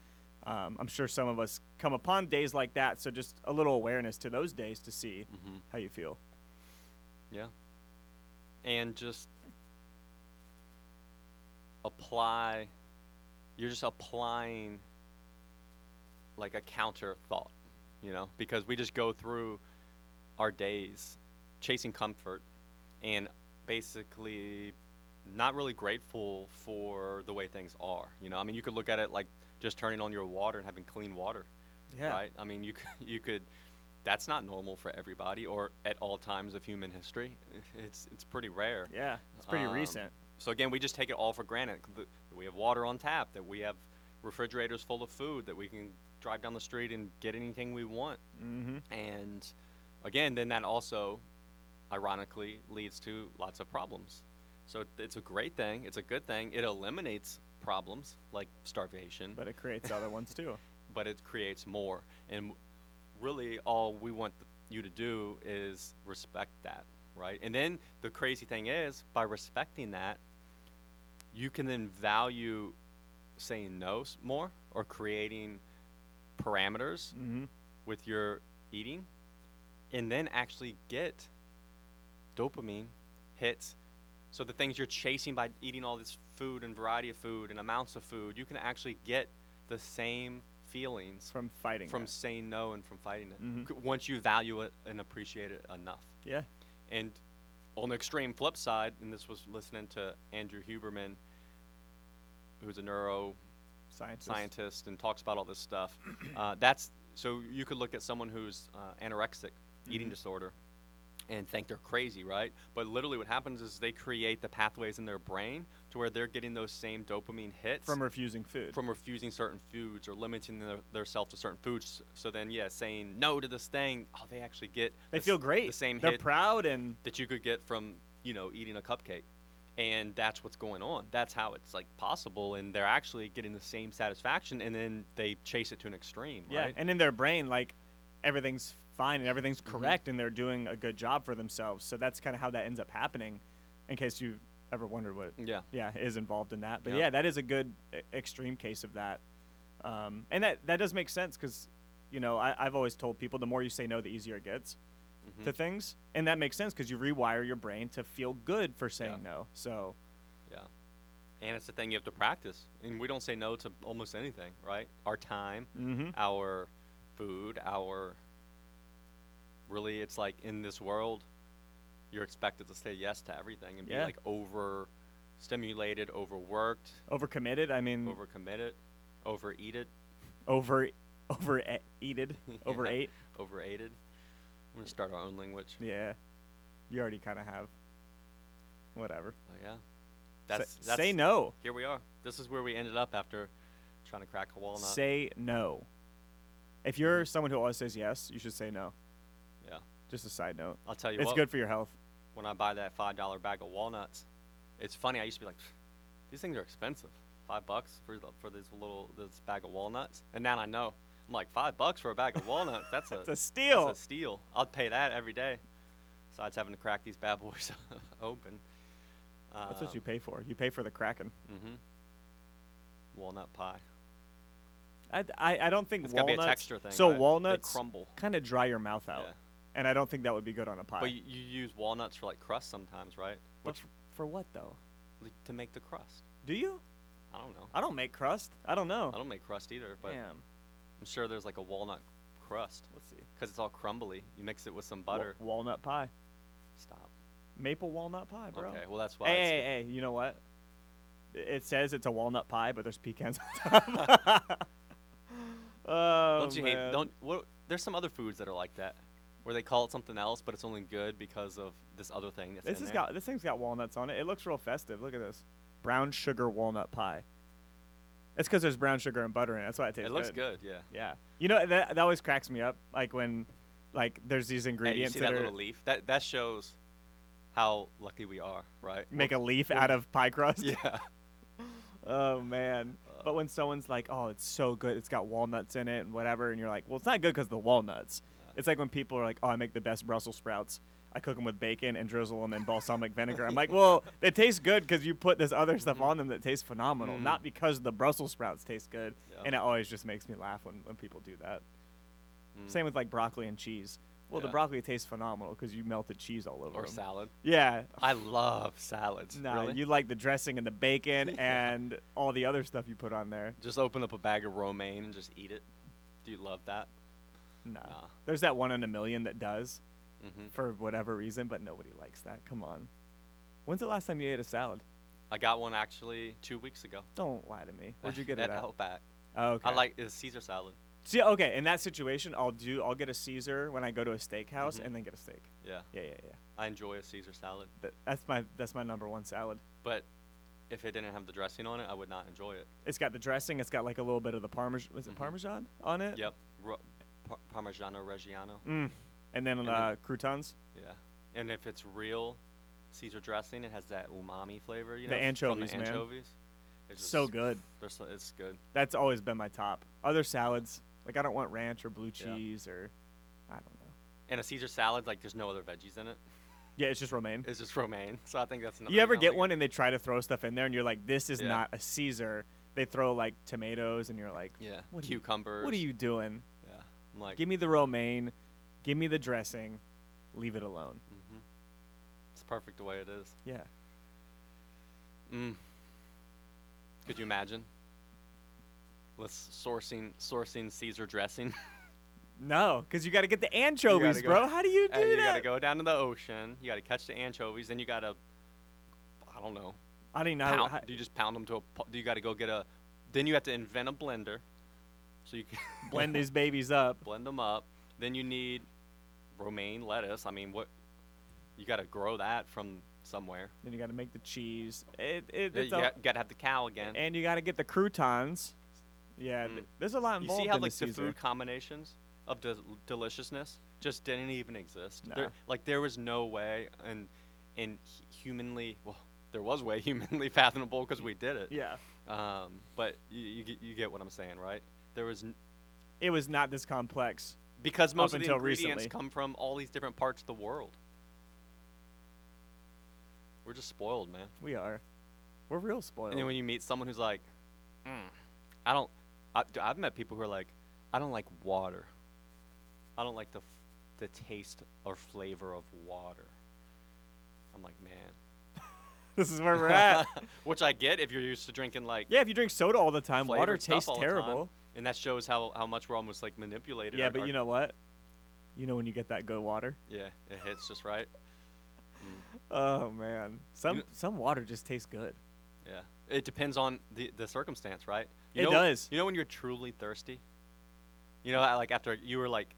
Speaker 2: um, I'm sure some of us come upon days like that. So just a little awareness to those days to see
Speaker 1: hmm
Speaker 2: how you feel.
Speaker 1: Yeah. And just apply you're just applying like a counter thought, you know, because we just go through our days chasing comfort and basically not really grateful for the way things are. You know, I mean, you could look at it like just turning on your water and having clean water right? I mean, you c- you could. That's not normal for everybody, or at all times of human history. It's it's pretty rare.
Speaker 2: Yeah. It's pretty
Speaker 1: Um,
Speaker 2: recent.
Speaker 1: So again, we just take it all for granted. th- That we have water on tap, that we have refrigerators full of food, that we can drive down the street and get anything we want.
Speaker 2: Mm-hmm.
Speaker 1: And again, then that also, ironically, leads to lots of problems. So it- it's a great thing. It's a good thing. It eliminates problems like starvation,
Speaker 2: But it creates other ones too.
Speaker 1: but it creates more. And really, all we want th- you to do is respect that, right? And then the crazy thing is, by respecting that, you can then value saying no s- more or creating parameters
Speaker 2: Mm-hmm.
Speaker 1: with your eating and then actually get dopamine hits. So the things you're chasing by eating all this food and variety of food and amounts of food, you can actually get the same feelings
Speaker 2: From fighting.
Speaker 1: from
Speaker 2: that.
Speaker 1: saying no and from fighting it
Speaker 2: Mhm.
Speaker 1: c- once you value it and appreciate it enough.
Speaker 2: yeah.
Speaker 1: And on the extreme flip side, and this was listening to Andrew Huberman, who's a neuro
Speaker 2: Scientists.
Speaker 1: scientist and talks about all this stuff. Uh, that's so you could look at someone who's uh, anorexic,
Speaker 2: Mm-hmm.
Speaker 1: eating disorder, and think they're crazy, right? But literally, what happens is they create the pathways in their brain to where they're getting those same dopamine hits
Speaker 2: From refusing food.
Speaker 1: from refusing certain foods or limiting their, their self to certain foods. So then, yeah, saying no to this thing, oh, they actually get
Speaker 2: they
Speaker 1: the s-
Speaker 2: feel great.
Speaker 1: The same
Speaker 2: They're
Speaker 1: hit
Speaker 2: proud and
Speaker 1: that you could get from you know eating a cupcake and that's what's going on that's how it's like possible and they're actually getting the same satisfaction and then they chase it to an extreme
Speaker 2: yeah,
Speaker 1: right
Speaker 2: and in their brain, like everything's fine and everything's
Speaker 1: Mm-hmm.
Speaker 2: correct, and they're doing a good job for themselves. So that's kind of how that ends up happening. In case you ever wondered what
Speaker 1: yeah
Speaker 2: yeah is involved in that but yeah,
Speaker 1: Yeah.
Speaker 2: that is a good e- extreme case of that um, and that that does make sense because you know I, i've always told people the more you say no the easier it gets
Speaker 1: Mhm.
Speaker 2: to things and that makes sense because you rewire your brain to feel good for saying no so
Speaker 1: yeah and it's the thing you have to practice and we don't say no to almost anything right our time
Speaker 2: mm-hmm.
Speaker 1: our food our really it's like in this world you're expected to say yes to everything and
Speaker 2: Yeah.
Speaker 1: be like over stimulated overworked
Speaker 2: overcommitted i mean
Speaker 1: overcommitted overeat it
Speaker 2: over over eated over
Speaker 1: [LAUGHS] Yeah.
Speaker 2: ate
Speaker 1: overrated. We're gonna start our own language.
Speaker 2: yeah you already kind of have whatever
Speaker 1: Oh, yeah,
Speaker 2: Sa-
Speaker 1: that's, that's
Speaker 2: say no
Speaker 1: Here we are. This is where we ended up after trying to crack a walnut.
Speaker 2: say no if
Speaker 1: Mm-hmm.
Speaker 2: you're someone who always says yes you should say no
Speaker 1: yeah,
Speaker 2: just a side note
Speaker 1: I'll tell you
Speaker 2: it's
Speaker 1: what.
Speaker 2: good for your health
Speaker 1: When I buy that five dollar bag of walnuts, it's funny. I used to be like, these things are expensive. Five bucks for the, for this little this bag of walnuts, and now I know. I'm like five bucks for a bag of walnuts.
Speaker 2: [LAUGHS]
Speaker 1: That's a
Speaker 2: It's a steal.
Speaker 1: That's a steal. I'll pay that every day. Besides having to crack these bad boys [LAUGHS] open.
Speaker 2: That's
Speaker 1: uh,
Speaker 2: what you pay for. You pay for the Kraken.
Speaker 1: Mm-hmm. Walnut pie.
Speaker 2: I, I, I don't think
Speaker 1: It's got to
Speaker 2: walnuts.
Speaker 1: be a texture thing.
Speaker 2: so
Speaker 1: right?
Speaker 2: walnuts
Speaker 1: they crumble.
Speaker 2: kind of dry your mouth out,
Speaker 1: Yeah.
Speaker 2: and I don't think that would be good on a pie.
Speaker 1: But you, you use walnuts for like crust sometimes, right?
Speaker 2: But
Speaker 1: Which
Speaker 2: f- for what though?
Speaker 1: like, to make the crust.
Speaker 2: Do you?
Speaker 1: I don't know.
Speaker 2: I don't make crust. I don't know.
Speaker 1: I don't make crust either, but
Speaker 2: Damn.
Speaker 1: I'm sure there's like a walnut crust
Speaker 2: Let's see.
Speaker 1: because it's all crumbly. You mix it with some
Speaker 2: Wa-
Speaker 1: butter.
Speaker 2: walnut pie.
Speaker 1: Stop.
Speaker 2: Maple walnut pie, bro.
Speaker 1: Okay, well that's why.
Speaker 2: hey,
Speaker 1: it's-
Speaker 2: hey, hey, you know what? I- It says it's a walnut pie, but there's pecans
Speaker 1: [LAUGHS]
Speaker 2: on top. [LAUGHS] oh,
Speaker 1: don't you hate?
Speaker 2: man.
Speaker 1: Don't. What, there's some other foods that are like that, where they call it something else, but it's only good because of this other thing that's
Speaker 2: This
Speaker 1: in
Speaker 2: has
Speaker 1: there.
Speaker 2: got this thing's got walnuts on it. It looks real festive. Look at this. Brown sugar walnut pie. It's because there's brown sugar and butter in it. That's why it tastes
Speaker 1: it looks good. Yeah.
Speaker 2: Yeah. You know that that always cracks me up. Like when, like there's these
Speaker 1: Hey, you
Speaker 2: ingredients
Speaker 1: see that
Speaker 2: that, are,
Speaker 1: little leaf? That that shows how lucky we are, right?
Speaker 2: make a leaf out of
Speaker 1: [LAUGHS]
Speaker 2: pie crust.
Speaker 1: yeah.
Speaker 2: Oh man. But when someone's like, "Oh, it's so good. It's got walnuts in it and whatever," and you're like, "Well, it's not good because the walnuts." It's like when people are like, "Oh, I make the best Brussels sprouts. I cook them with bacon and drizzle them in balsamic vinegar."
Speaker 1: [LAUGHS]
Speaker 2: I'm like, "Well, they taste good because you put this other stuff on them that tastes phenomenal,
Speaker 1: Mhm.
Speaker 2: not because the Brussels sprouts taste good."
Speaker 1: Yeah.
Speaker 2: And it always just makes me laugh when when people do that.
Speaker 1: Mm.
Speaker 2: Same with like broccoli and cheese. Well, the
Speaker 1: Yeah.
Speaker 2: broccoli tastes phenomenal because you melted cheese all over
Speaker 1: Or
Speaker 2: 'em.
Speaker 1: salad.
Speaker 2: Yeah.
Speaker 1: I love salads.
Speaker 2: No,
Speaker 1: really.
Speaker 2: you like the dressing and
Speaker 1: [LAUGHS]
Speaker 2: the bacon and all the other stuff you put on there.
Speaker 1: just open up a bag of romaine and just eat it. Do you love that? Uh,
Speaker 2: Nah.
Speaker 1: Nah.
Speaker 2: There's that one in a million that does
Speaker 1: hmm
Speaker 2: for whatever reason, but nobody likes that. Come on. When's the last time you ate a salad?
Speaker 1: I got one actually two weeks ago.
Speaker 2: Don't lie to me. Where'd
Speaker 1: [LAUGHS]
Speaker 2: you get it
Speaker 1: at
Speaker 2: at?
Speaker 1: Outback?
Speaker 2: Oh, okay.
Speaker 1: I like it's Caesar salad.
Speaker 2: See, okay, in that situation, I'll do. I'll get a Caesar when I go to a steakhouse,
Speaker 1: Mhm.
Speaker 2: and then get a steak.
Speaker 1: Yeah,
Speaker 2: Yeah, yeah, yeah.
Speaker 1: I enjoy a Caesar salad,
Speaker 2: That, that's my that's my number one salad.
Speaker 1: but if it didn't have the dressing on it, I would not enjoy
Speaker 2: [LAUGHS]
Speaker 1: it.
Speaker 2: It's got the dressing. It's got like a little bit of the parmesan. Was it
Speaker 1: Mhm.
Speaker 2: parmesan on it?
Speaker 1: Yep. Ro- par- Parmigiano Reggiano.
Speaker 2: Mm. And then
Speaker 1: And then-
Speaker 2: uh, croutons,
Speaker 1: Yeah. And if it's real Caesar dressing, it has that umami flavor. You
Speaker 2: The
Speaker 1: know, f- from
Speaker 2: anchovies,
Speaker 1: the
Speaker 2: man.
Speaker 1: anchovies. It's
Speaker 2: so
Speaker 1: just-
Speaker 2: good.
Speaker 1: they're so- it's good.
Speaker 2: That's always been my top. Other salads, like I don't want ranch or blue
Speaker 1: Yeah.
Speaker 2: cheese or, I don't know.
Speaker 1: And a Caesar salad, like there's no other veggies in it.
Speaker 2: Yeah, it's just romaine.
Speaker 1: It's just romaine. So I think that's. another
Speaker 2: you ever
Speaker 1: thing I
Speaker 2: get
Speaker 1: like.
Speaker 2: one and they try to throw stuff in there and you're like, this is
Speaker 1: Yeah.
Speaker 2: not a Caesar. They throw like tomatoes and you're like,
Speaker 1: Yeah.
Speaker 2: What do you-
Speaker 1: Cucumbers.
Speaker 2: what are you doing?
Speaker 1: Yeah. I'm like.
Speaker 2: Give me the romaine, give me the dressing, leave it alone.
Speaker 1: mhm. It's perfect the way it is.
Speaker 2: Yeah.
Speaker 1: Mm. Could you imagine? Let's sourcing sourcing Caesar
Speaker 2: [LAUGHS]
Speaker 1: dressing. [LAUGHS]
Speaker 2: No, because you got to get the anchovies,
Speaker 1: go-
Speaker 2: bro. How do you
Speaker 1: [LAUGHS]
Speaker 2: do
Speaker 1: and you
Speaker 2: that?
Speaker 1: gotta go down to the ocean. You gotta catch the anchovies. Then you gotta, I don't know,
Speaker 2: I don't even know. how-
Speaker 1: pound,
Speaker 2: how-
Speaker 1: do you just pound them to a? pu- Do you gotta go get a? Then you have to invent a blender, so you can [LAUGHS]
Speaker 2: blend these babies up.
Speaker 1: blend them up. Then you need romaine lettuce. I mean, what? You gotta grow that from somewhere.
Speaker 2: Then you got to make the cheese. It, it,
Speaker 1: Yeah,
Speaker 2: it's
Speaker 1: you
Speaker 2: all-
Speaker 1: got- gotta have the cow again.
Speaker 2: and you got to get the croutons. Yeah,
Speaker 1: Mm.
Speaker 2: th- there's a lot
Speaker 1: You
Speaker 2: involved
Speaker 1: see how
Speaker 2: in
Speaker 1: like the
Speaker 2: the Caesar.
Speaker 1: food combinations of del- deliciousness just didn't even exist.
Speaker 2: Nah.
Speaker 1: There, like there was no way and and hu- humanly well there was way [LAUGHS] humanly fathomable because we did it.
Speaker 2: Yeah,
Speaker 1: Um, but you, you get you get what I'm saying, right? There was n-
Speaker 2: it was not this complex.
Speaker 1: because most of the
Speaker 2: until
Speaker 1: ingredients
Speaker 2: recently.
Speaker 1: come from all these different parts of the world. We're just spoiled, man.
Speaker 2: We are, we're real spoiled.
Speaker 1: And then when you meet someone who's like, mm, I don't, I, d- I've met people who are like, I don't like water. I don't like the, f- the taste or flavor of water. I'm like, man.
Speaker 2: [LAUGHS] this is where we're at.
Speaker 1: [LAUGHS] Which I get if you're used to drinking like
Speaker 2: yeah, if you drink soda all the time, water
Speaker 1: flavored stuff
Speaker 2: tastes
Speaker 1: all the time,
Speaker 2: terrible.
Speaker 1: and that shows how, how much we're almost like manipulated.
Speaker 2: Yeah,
Speaker 1: our-
Speaker 2: but
Speaker 1: our-
Speaker 2: you know what? You know when you get that good water.
Speaker 1: yeah, it hits just right.
Speaker 2: Oh man, some
Speaker 1: kn-
Speaker 2: some water just tastes good.
Speaker 1: Yeah, it depends on the the circumstance, right? You
Speaker 2: It
Speaker 1: know,
Speaker 2: does.
Speaker 1: You know when you're truly thirsty. You know, I- like after you were like,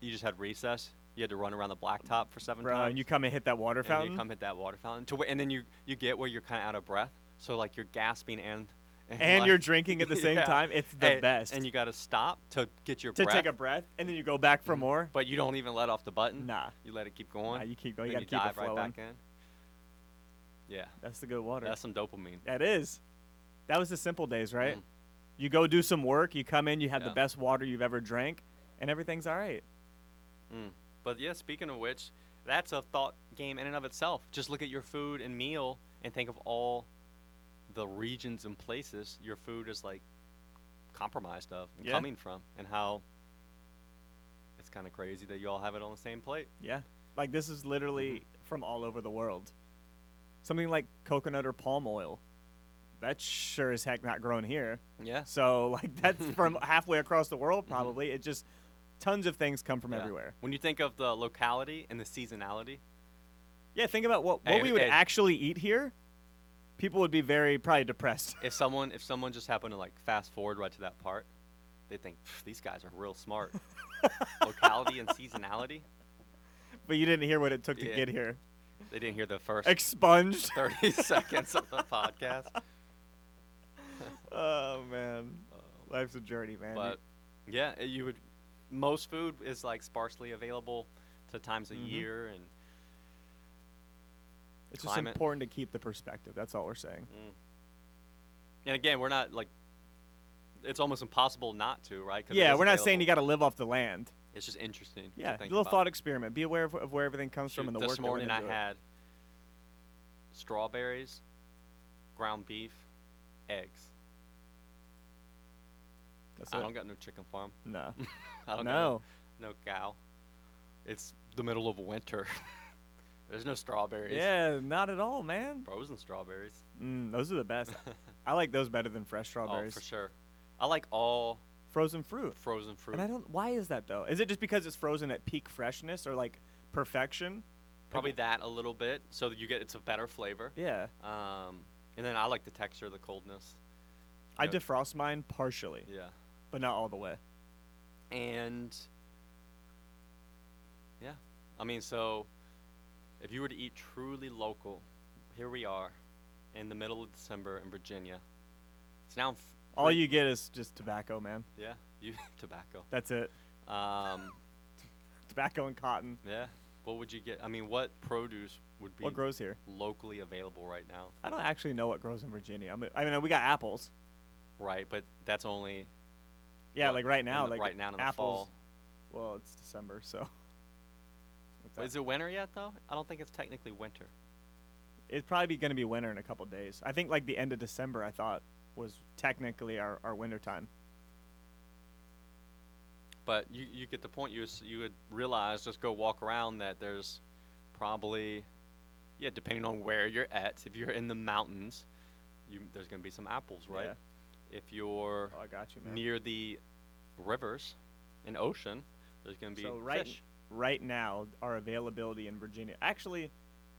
Speaker 1: you just had recess. You had to run around the blacktop for seven
Speaker 2: Bro,
Speaker 1: times.
Speaker 2: and you come and hit that water
Speaker 1: and then
Speaker 2: fountain.
Speaker 1: you come hit that water fountain to where, and then you you get where you're kind of out of breath. So like you're gasping and and,
Speaker 2: and
Speaker 1: like-
Speaker 2: you're drinking
Speaker 1: [LAUGHS]
Speaker 2: at the same
Speaker 1: Yeah.
Speaker 2: time. It's the
Speaker 1: and,
Speaker 2: best.
Speaker 1: And you got to stop to get your
Speaker 2: to
Speaker 1: breath. Mm.
Speaker 2: take a breath, and then you go back for more.
Speaker 1: but you don't even let off the button.
Speaker 2: Nah,
Speaker 1: You let it keep
Speaker 2: nah
Speaker 1: going.
Speaker 2: you keep going. You
Speaker 1: then
Speaker 2: gotta keep it
Speaker 1: dive
Speaker 2: flowing.
Speaker 1: right back in. Yeah,
Speaker 2: That's the good water.
Speaker 1: that's some dopamine.
Speaker 2: That is. That was the simple days, right?
Speaker 1: Mm.
Speaker 2: You go do some work, you come in, you have the
Speaker 1: Yeah.
Speaker 2: best water you've ever drank, and everything's all right.
Speaker 1: Mm. But yeah, speaking of which, that's a thought game in and of itself. Just look at your food and meal and think of all the regions and places your food is like compromised of and
Speaker 2: Yeah.
Speaker 1: coming from, and how it's kind of crazy that you all have it on the same plate.
Speaker 2: Yeah. Like this is literally
Speaker 1: Mm-hmm.
Speaker 2: from all over the world. Something like coconut or palm oil. That's sure as heck not grown here.
Speaker 1: Yeah.
Speaker 2: So [LAUGHS]
Speaker 1: [LAUGHS]
Speaker 2: like that's from halfway across the world probably. It just tons of things come from
Speaker 1: Mm-hmm. Yeah.
Speaker 2: everywhere.
Speaker 1: When you think of the locality and the seasonality,
Speaker 2: Yeah, think about what what
Speaker 1: Hey,
Speaker 2: we would
Speaker 1: hey.
Speaker 2: actually eat here. People would be very probably depressed. [LAUGHS]
Speaker 1: if someone if someone just happened to like fast forward right to that part, they think "Pff, these guys are real smart. locality and seasonality,
Speaker 2: but you didn't hear what it took to
Speaker 1: Yeah.
Speaker 2: get here.
Speaker 1: they didn't hear the first
Speaker 2: Expunged.
Speaker 1: 30 [LAUGHS] seconds of the podcast.
Speaker 2: oh man, life's a journey, man.
Speaker 1: But yeah, uh, you would. Most food is like sparsely available to times a
Speaker 2: Mhm.
Speaker 1: year, and
Speaker 2: it's just
Speaker 1: climate.
Speaker 2: important to keep the perspective. That's all we're saying.
Speaker 1: and again, we're not like. It's almost impossible not to, right? 'Cause it
Speaker 2: Yeah,
Speaker 1: is
Speaker 2: we're not saying you
Speaker 1: available.
Speaker 2: got to live off the land.
Speaker 1: It's just interesting. to
Speaker 2: Yeah,
Speaker 1: think
Speaker 2: little
Speaker 1: about.
Speaker 2: thought experiment. Be aware of, of where everything comes
Speaker 1: Shoot,
Speaker 2: from and the
Speaker 1: this
Speaker 2: work. that went
Speaker 1: morning I
Speaker 2: into it.
Speaker 1: had strawberries, ground beef, eggs.
Speaker 2: That's
Speaker 1: I
Speaker 2: it.
Speaker 1: don't got no chicken farm.
Speaker 2: No,
Speaker 1: I don't know.
Speaker 2: no.
Speaker 1: No cow. It's the middle of winter. [LAUGHS] There's no strawberries.
Speaker 2: Yeah, not at
Speaker 1: [LAUGHS]
Speaker 2: all, man.
Speaker 1: Frozen strawberries.
Speaker 2: Mm, those are the best.
Speaker 1: [LAUGHS]
Speaker 2: I like those better than fresh strawberries.
Speaker 1: Oh, for sure. I like all
Speaker 2: Frozen fruit.
Speaker 1: frozen fruit.
Speaker 2: And I don't. Why is that though? Is it just because it's frozen at peak freshness or like perfection?
Speaker 1: Probably that a little bit, so that you get it's a better flavor.
Speaker 2: Yeah.
Speaker 1: Um, and then I like the texture, the coldness.
Speaker 2: I
Speaker 1: Yep.
Speaker 2: defrost mine partially,
Speaker 1: Yeah.
Speaker 2: but not all the way.
Speaker 1: And yeah, I mean, so if you were to eat truly local, here we are, in the middle of December in Virginia. It's now. in f-
Speaker 2: All
Speaker 1: Vir-
Speaker 2: you get is just tobacco, man.
Speaker 1: Yeah, you [LAUGHS] tobacco.
Speaker 2: That's it.
Speaker 1: Um,
Speaker 2: Tobacco and cotton.
Speaker 1: yeah. What would you get? I mean, what produce would be
Speaker 2: What grows here?
Speaker 1: locally available right now?
Speaker 2: I don't actually know what grows in Virginia. I mean, I mean we got apples.
Speaker 1: Right, but that's only
Speaker 2: Yeah,
Speaker 1: Well,
Speaker 2: like right
Speaker 1: in
Speaker 2: now,
Speaker 1: the-
Speaker 2: like
Speaker 1: right now in the
Speaker 2: apples.
Speaker 1: fall.
Speaker 2: Well, it's December, so [LAUGHS] What's that?
Speaker 1: Is it winter yet though? I don't think it's technically winter.
Speaker 2: it's probably going to be winter in a couple days. I think like the end of December, I thought was technically our, our winter time.
Speaker 1: But you, you get the point. You s- you would realize just go walk around that there's probably yeah depending on where you're at. If you're in the mountains, you there's gonna be some apples, right? If you're
Speaker 2: Oh, I got you, man.
Speaker 1: near the rivers and ocean, there's gonna be
Speaker 2: so right
Speaker 1: fish.
Speaker 2: right now, our availability in Virginia actually,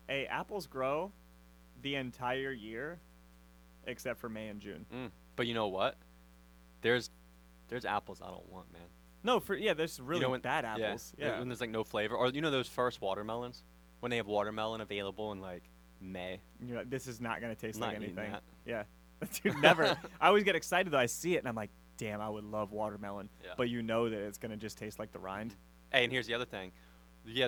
Speaker 2: a apples grow the entire year, except for May and June.
Speaker 1: Mm. But you know what? There's there's apples I don't want, man.
Speaker 2: No, for yeah, there's really
Speaker 1: you know when,
Speaker 2: bad
Speaker 1: yeah,
Speaker 2: apples.
Speaker 1: when- When there's like no flavor, or you know those first watermelons when they have watermelon available in like May.
Speaker 2: And you're like, this is not gonna taste
Speaker 1: Not
Speaker 2: like
Speaker 1: eating
Speaker 2: anything.
Speaker 1: that.
Speaker 2: Yeah, [LAUGHS] dude,
Speaker 1: [LAUGHS]
Speaker 2: never. I always get excited though. I see it and I'm like, damn, I would love watermelon.
Speaker 1: Yeah.
Speaker 2: But you know that it's gonna just taste like the rind.
Speaker 1: Hey, and here's the other thing. Yeah.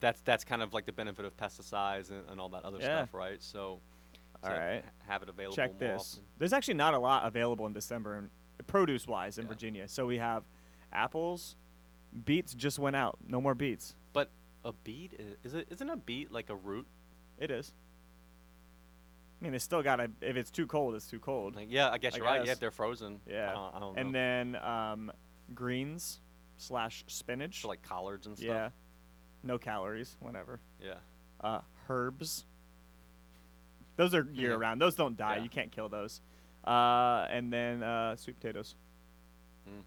Speaker 1: That's that's kind of like the benefit of pesticides and, and all that other
Speaker 2: Yeah.
Speaker 1: stuff, right? So,
Speaker 2: All
Speaker 1: to
Speaker 2: right.
Speaker 1: ha- have it available.
Speaker 2: Check
Speaker 1: more
Speaker 2: this.
Speaker 1: often.
Speaker 2: There's actually not a lot available in December, in, produce-wise, in
Speaker 1: Yeah.
Speaker 2: Virginia. So we have apples. Beets just went out. No more beets.
Speaker 1: But a beet is, is it isn't a beet like a root?
Speaker 2: It is. I mean, they still gotta. If it's too cold, it's too cold.
Speaker 1: Like, yeah, I guess
Speaker 2: I
Speaker 1: you're right. Yeah,
Speaker 2: guess.
Speaker 1: if they're frozen.
Speaker 2: Yeah.
Speaker 1: I don't, I don't
Speaker 2: and
Speaker 1: know.
Speaker 2: then um, greens slash spinach.
Speaker 1: So, like collards and
Speaker 2: yeah.
Speaker 1: stuff.
Speaker 2: No calories. Whatever.
Speaker 1: Yeah. Yeah.
Speaker 2: uh, herbs. Those are year round. Those don't die.
Speaker 1: Mm-hmm. Yeah.
Speaker 2: You can't kill those. Uh, and then uh, sweet potatoes.
Speaker 1: Mm.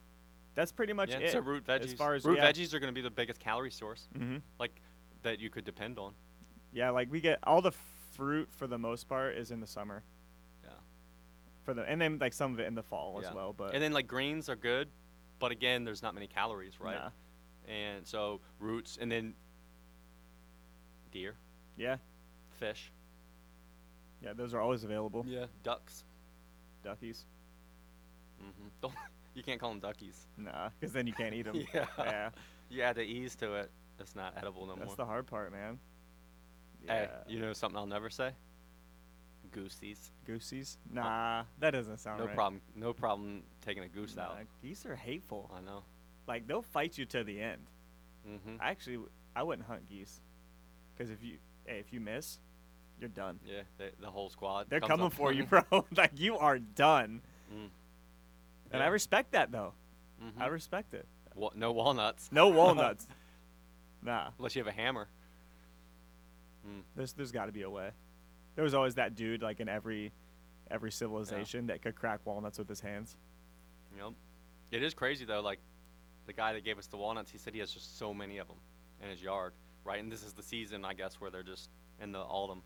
Speaker 2: That's pretty much
Speaker 1: yeah.
Speaker 2: it.
Speaker 1: So root veggies.
Speaker 2: As far as
Speaker 1: root
Speaker 2: yeah,
Speaker 1: veggies are going to be the biggest calorie source,
Speaker 2: hmm
Speaker 1: like that you could depend on.
Speaker 2: yeah, like we get all the fruit for the most part is in the summer.
Speaker 1: Yeah.
Speaker 2: For the and then like some of it in the fall
Speaker 1: Yeah.
Speaker 2: as well. But
Speaker 1: And then like greens are good, but again, there's not many calories, right?
Speaker 2: nah.
Speaker 1: And so roots, and then deer,
Speaker 2: yeah,
Speaker 1: fish,
Speaker 2: yeah, those are always available.
Speaker 1: yeah, ducks.
Speaker 2: Duckies. Mm-hmm.
Speaker 1: hmm [LAUGHS] Don't you can't call them duckies.
Speaker 2: Nah, because then you
Speaker 1: [LAUGHS]
Speaker 2: can't eat them.
Speaker 1: Yeah.
Speaker 2: [LAUGHS] yeah,
Speaker 1: You add the ease to it. It's not edible no
Speaker 2: that's
Speaker 1: more.
Speaker 2: the hard part, man.
Speaker 1: Hey,
Speaker 2: Yeah.
Speaker 1: you know something I'll never say? Gooseies.
Speaker 2: Goosies? Nah, that doesn't sound
Speaker 1: Uh, no
Speaker 2: right.
Speaker 1: problem. No problem taking a goose out.
Speaker 2: Nah, geese are hateful.
Speaker 1: I know.
Speaker 2: Like they'll fight you to the end.
Speaker 1: Mm-hmm.
Speaker 2: I actually w- I wouldn't hunt geese, because if you hey, if you miss, you're done.
Speaker 1: Yeah, they, the whole squad.
Speaker 2: They're
Speaker 1: comes
Speaker 2: coming
Speaker 1: up
Speaker 2: for
Speaker 1: [LAUGHS]
Speaker 2: you, bro. [LAUGHS] like you are done.
Speaker 1: Mm.
Speaker 2: And
Speaker 1: Yeah.
Speaker 2: I respect that though.
Speaker 1: Mhm.
Speaker 2: I respect it.
Speaker 1: Mm-hmm. Wa- no
Speaker 2: [LAUGHS]
Speaker 1: walnuts.
Speaker 2: No walnuts.
Speaker 1: [LAUGHS]
Speaker 2: nah,
Speaker 1: Unless you have a hammer.
Speaker 2: there's there's got to be a way. There was always that dude like in every every civilization that could crack walnuts with his hands.
Speaker 1: Yep. It is crazy though. Like the guy that gave us the walnuts, he said he has just so many of them in his yard, right? And this is the season, I guess, where they're just in the autumn.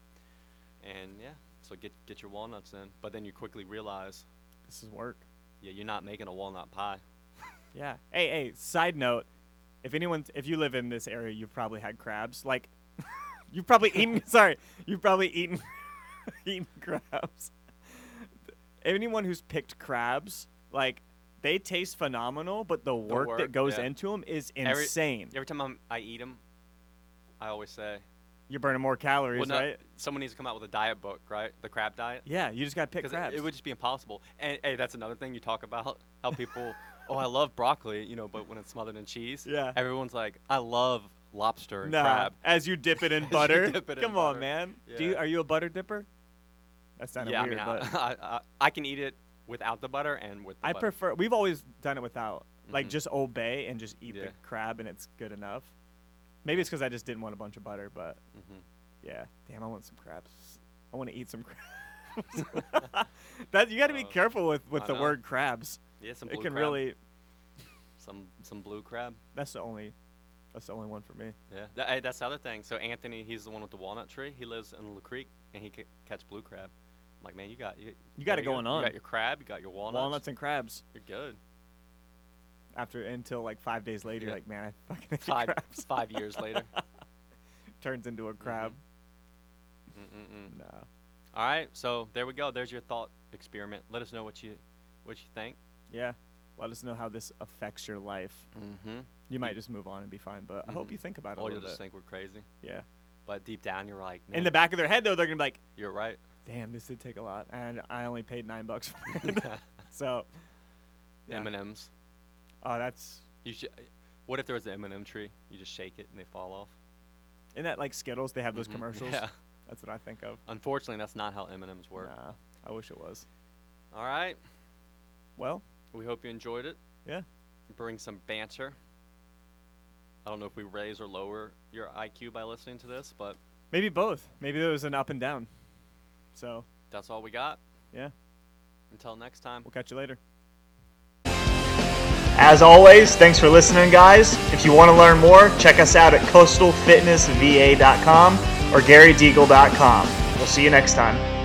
Speaker 1: And yeah, so get get your walnuts in, but then you quickly realize,
Speaker 2: This is work.
Speaker 1: yeah, you're not making a walnut pie.
Speaker 2: Yeah. Hey, hey. Side note: if anyone, if you live in this area, you've probably had crabs. Like, [LAUGHS] you've probably eaten. [LAUGHS] sorry, you've probably eaten [LAUGHS] eaten crabs. Anyone who's picked crabs, like, they taste phenomenal, but the work,
Speaker 1: work,
Speaker 2: that goes
Speaker 1: yeah.
Speaker 2: into 'em into them is
Speaker 1: Every-
Speaker 2: insane.
Speaker 1: Every time I'm, I eat them, I always say,
Speaker 2: You're burning more calories,
Speaker 1: well, no,
Speaker 2: right?
Speaker 1: someone needs to come out with a diet book, right? The crab diet.
Speaker 2: Yeah, you just got to pick
Speaker 1: because
Speaker 2: crabs.
Speaker 1: it, would just be impossible. And hey, that's another thing you talk about how people, [LAUGHS] oh, I love broccoli, you know, but when it's smothered in cheese,
Speaker 2: Yeah.
Speaker 1: everyone's like, I love lobster and
Speaker 2: nah,
Speaker 1: crab.
Speaker 2: as you dip it
Speaker 1: [LAUGHS]
Speaker 2: in
Speaker 1: As you
Speaker 2: butter.
Speaker 1: dip it in
Speaker 2: Come on,
Speaker 1: butter.
Speaker 2: man. Do you,
Speaker 1: Yeah.
Speaker 2: are you a butter dipper? That's not
Speaker 1: yeah,
Speaker 2: weird,
Speaker 1: I mean, [LAUGHS]
Speaker 2: but
Speaker 1: I, I, I, I can eat it without the butter and with. The
Speaker 2: I
Speaker 1: butter.
Speaker 2: prefer. We've always done it without, like
Speaker 1: Mhm.
Speaker 2: just obey and just eat the
Speaker 1: Yeah.
Speaker 2: crab, and it's good enough. Maybe it's because I just didn't want a bunch of butter, but
Speaker 1: Mhm.
Speaker 2: yeah. Damn, I want some crabs. I want to eat some crabs. [LAUGHS] that you got to be
Speaker 1: Uh,
Speaker 2: careful with with
Speaker 1: I
Speaker 2: the
Speaker 1: know.
Speaker 2: word crabs.
Speaker 1: Yeah, some blue
Speaker 2: It can
Speaker 1: crab.
Speaker 2: really.
Speaker 1: some some blue crab.
Speaker 2: That's the only. That's the only one for me.
Speaker 1: Yeah, Th- hey, that's the other thing. So Anthony, he's the one with the walnut tree. He lives in Little Creek, and he ca- catch blue crab. I'm like, man, you got you,
Speaker 2: You got it
Speaker 1: there
Speaker 2: going
Speaker 1: You
Speaker 2: on.
Speaker 1: got your crab. You got your walnuts.
Speaker 2: Walnuts and crabs.
Speaker 1: You're good.
Speaker 2: After until like five days later,
Speaker 1: Yeah.
Speaker 2: you're like, man,
Speaker 1: [LAUGHS]
Speaker 2: I fucking hate
Speaker 1: Five
Speaker 2: [LAUGHS] crabs.
Speaker 1: five years later.
Speaker 2: Turns into a crab.
Speaker 1: Mm-mm-mm.
Speaker 2: No.
Speaker 1: All right, so there we go. There's your thought experiment. Let us know what you what you think.
Speaker 2: Yeah. Let us know how this affects your life.
Speaker 1: Mm-hmm.
Speaker 2: You might just move on and be fine, but I hope you think about it a
Speaker 1: Or
Speaker 2: little
Speaker 1: you'll
Speaker 2: bit.
Speaker 1: just think we're crazy,
Speaker 2: yeah.
Speaker 1: but deep down you're like,
Speaker 2: In
Speaker 1: "Man,
Speaker 2: the back of their head, though, they're gonna be like,
Speaker 1: you're right.
Speaker 2: "Damn, this did take a lot, and I only paid nine bucks
Speaker 1: [LAUGHS]
Speaker 2: for it." [LAUGHS] so, yeah.
Speaker 1: M and M's.
Speaker 2: oh, that's
Speaker 1: You should. What if there was an M and M tree? You just shake it and they fall off.
Speaker 2: isn't that like Skittles? They have those
Speaker 1: Mhm.
Speaker 2: commercials.
Speaker 1: Yeah.
Speaker 2: That's what I think of.
Speaker 1: Unfortunately, that's not how M and M's work.
Speaker 2: Nah, I wish it was.
Speaker 1: All right.
Speaker 2: Well,
Speaker 1: We hope you enjoyed it.
Speaker 2: yeah.
Speaker 1: Bring some banter. I don't know if we raise or lower your IQ by listening to this, but
Speaker 2: Maybe both. Maybe there was an up and down. So,
Speaker 1: that's all we got.
Speaker 2: yeah.
Speaker 1: Until next time.
Speaker 2: We'll catch you later. As always, thanks for listening, guys. If you want to learn more, check us out at coastalfitnessva.com or garydeagle.com. We'll see you next time.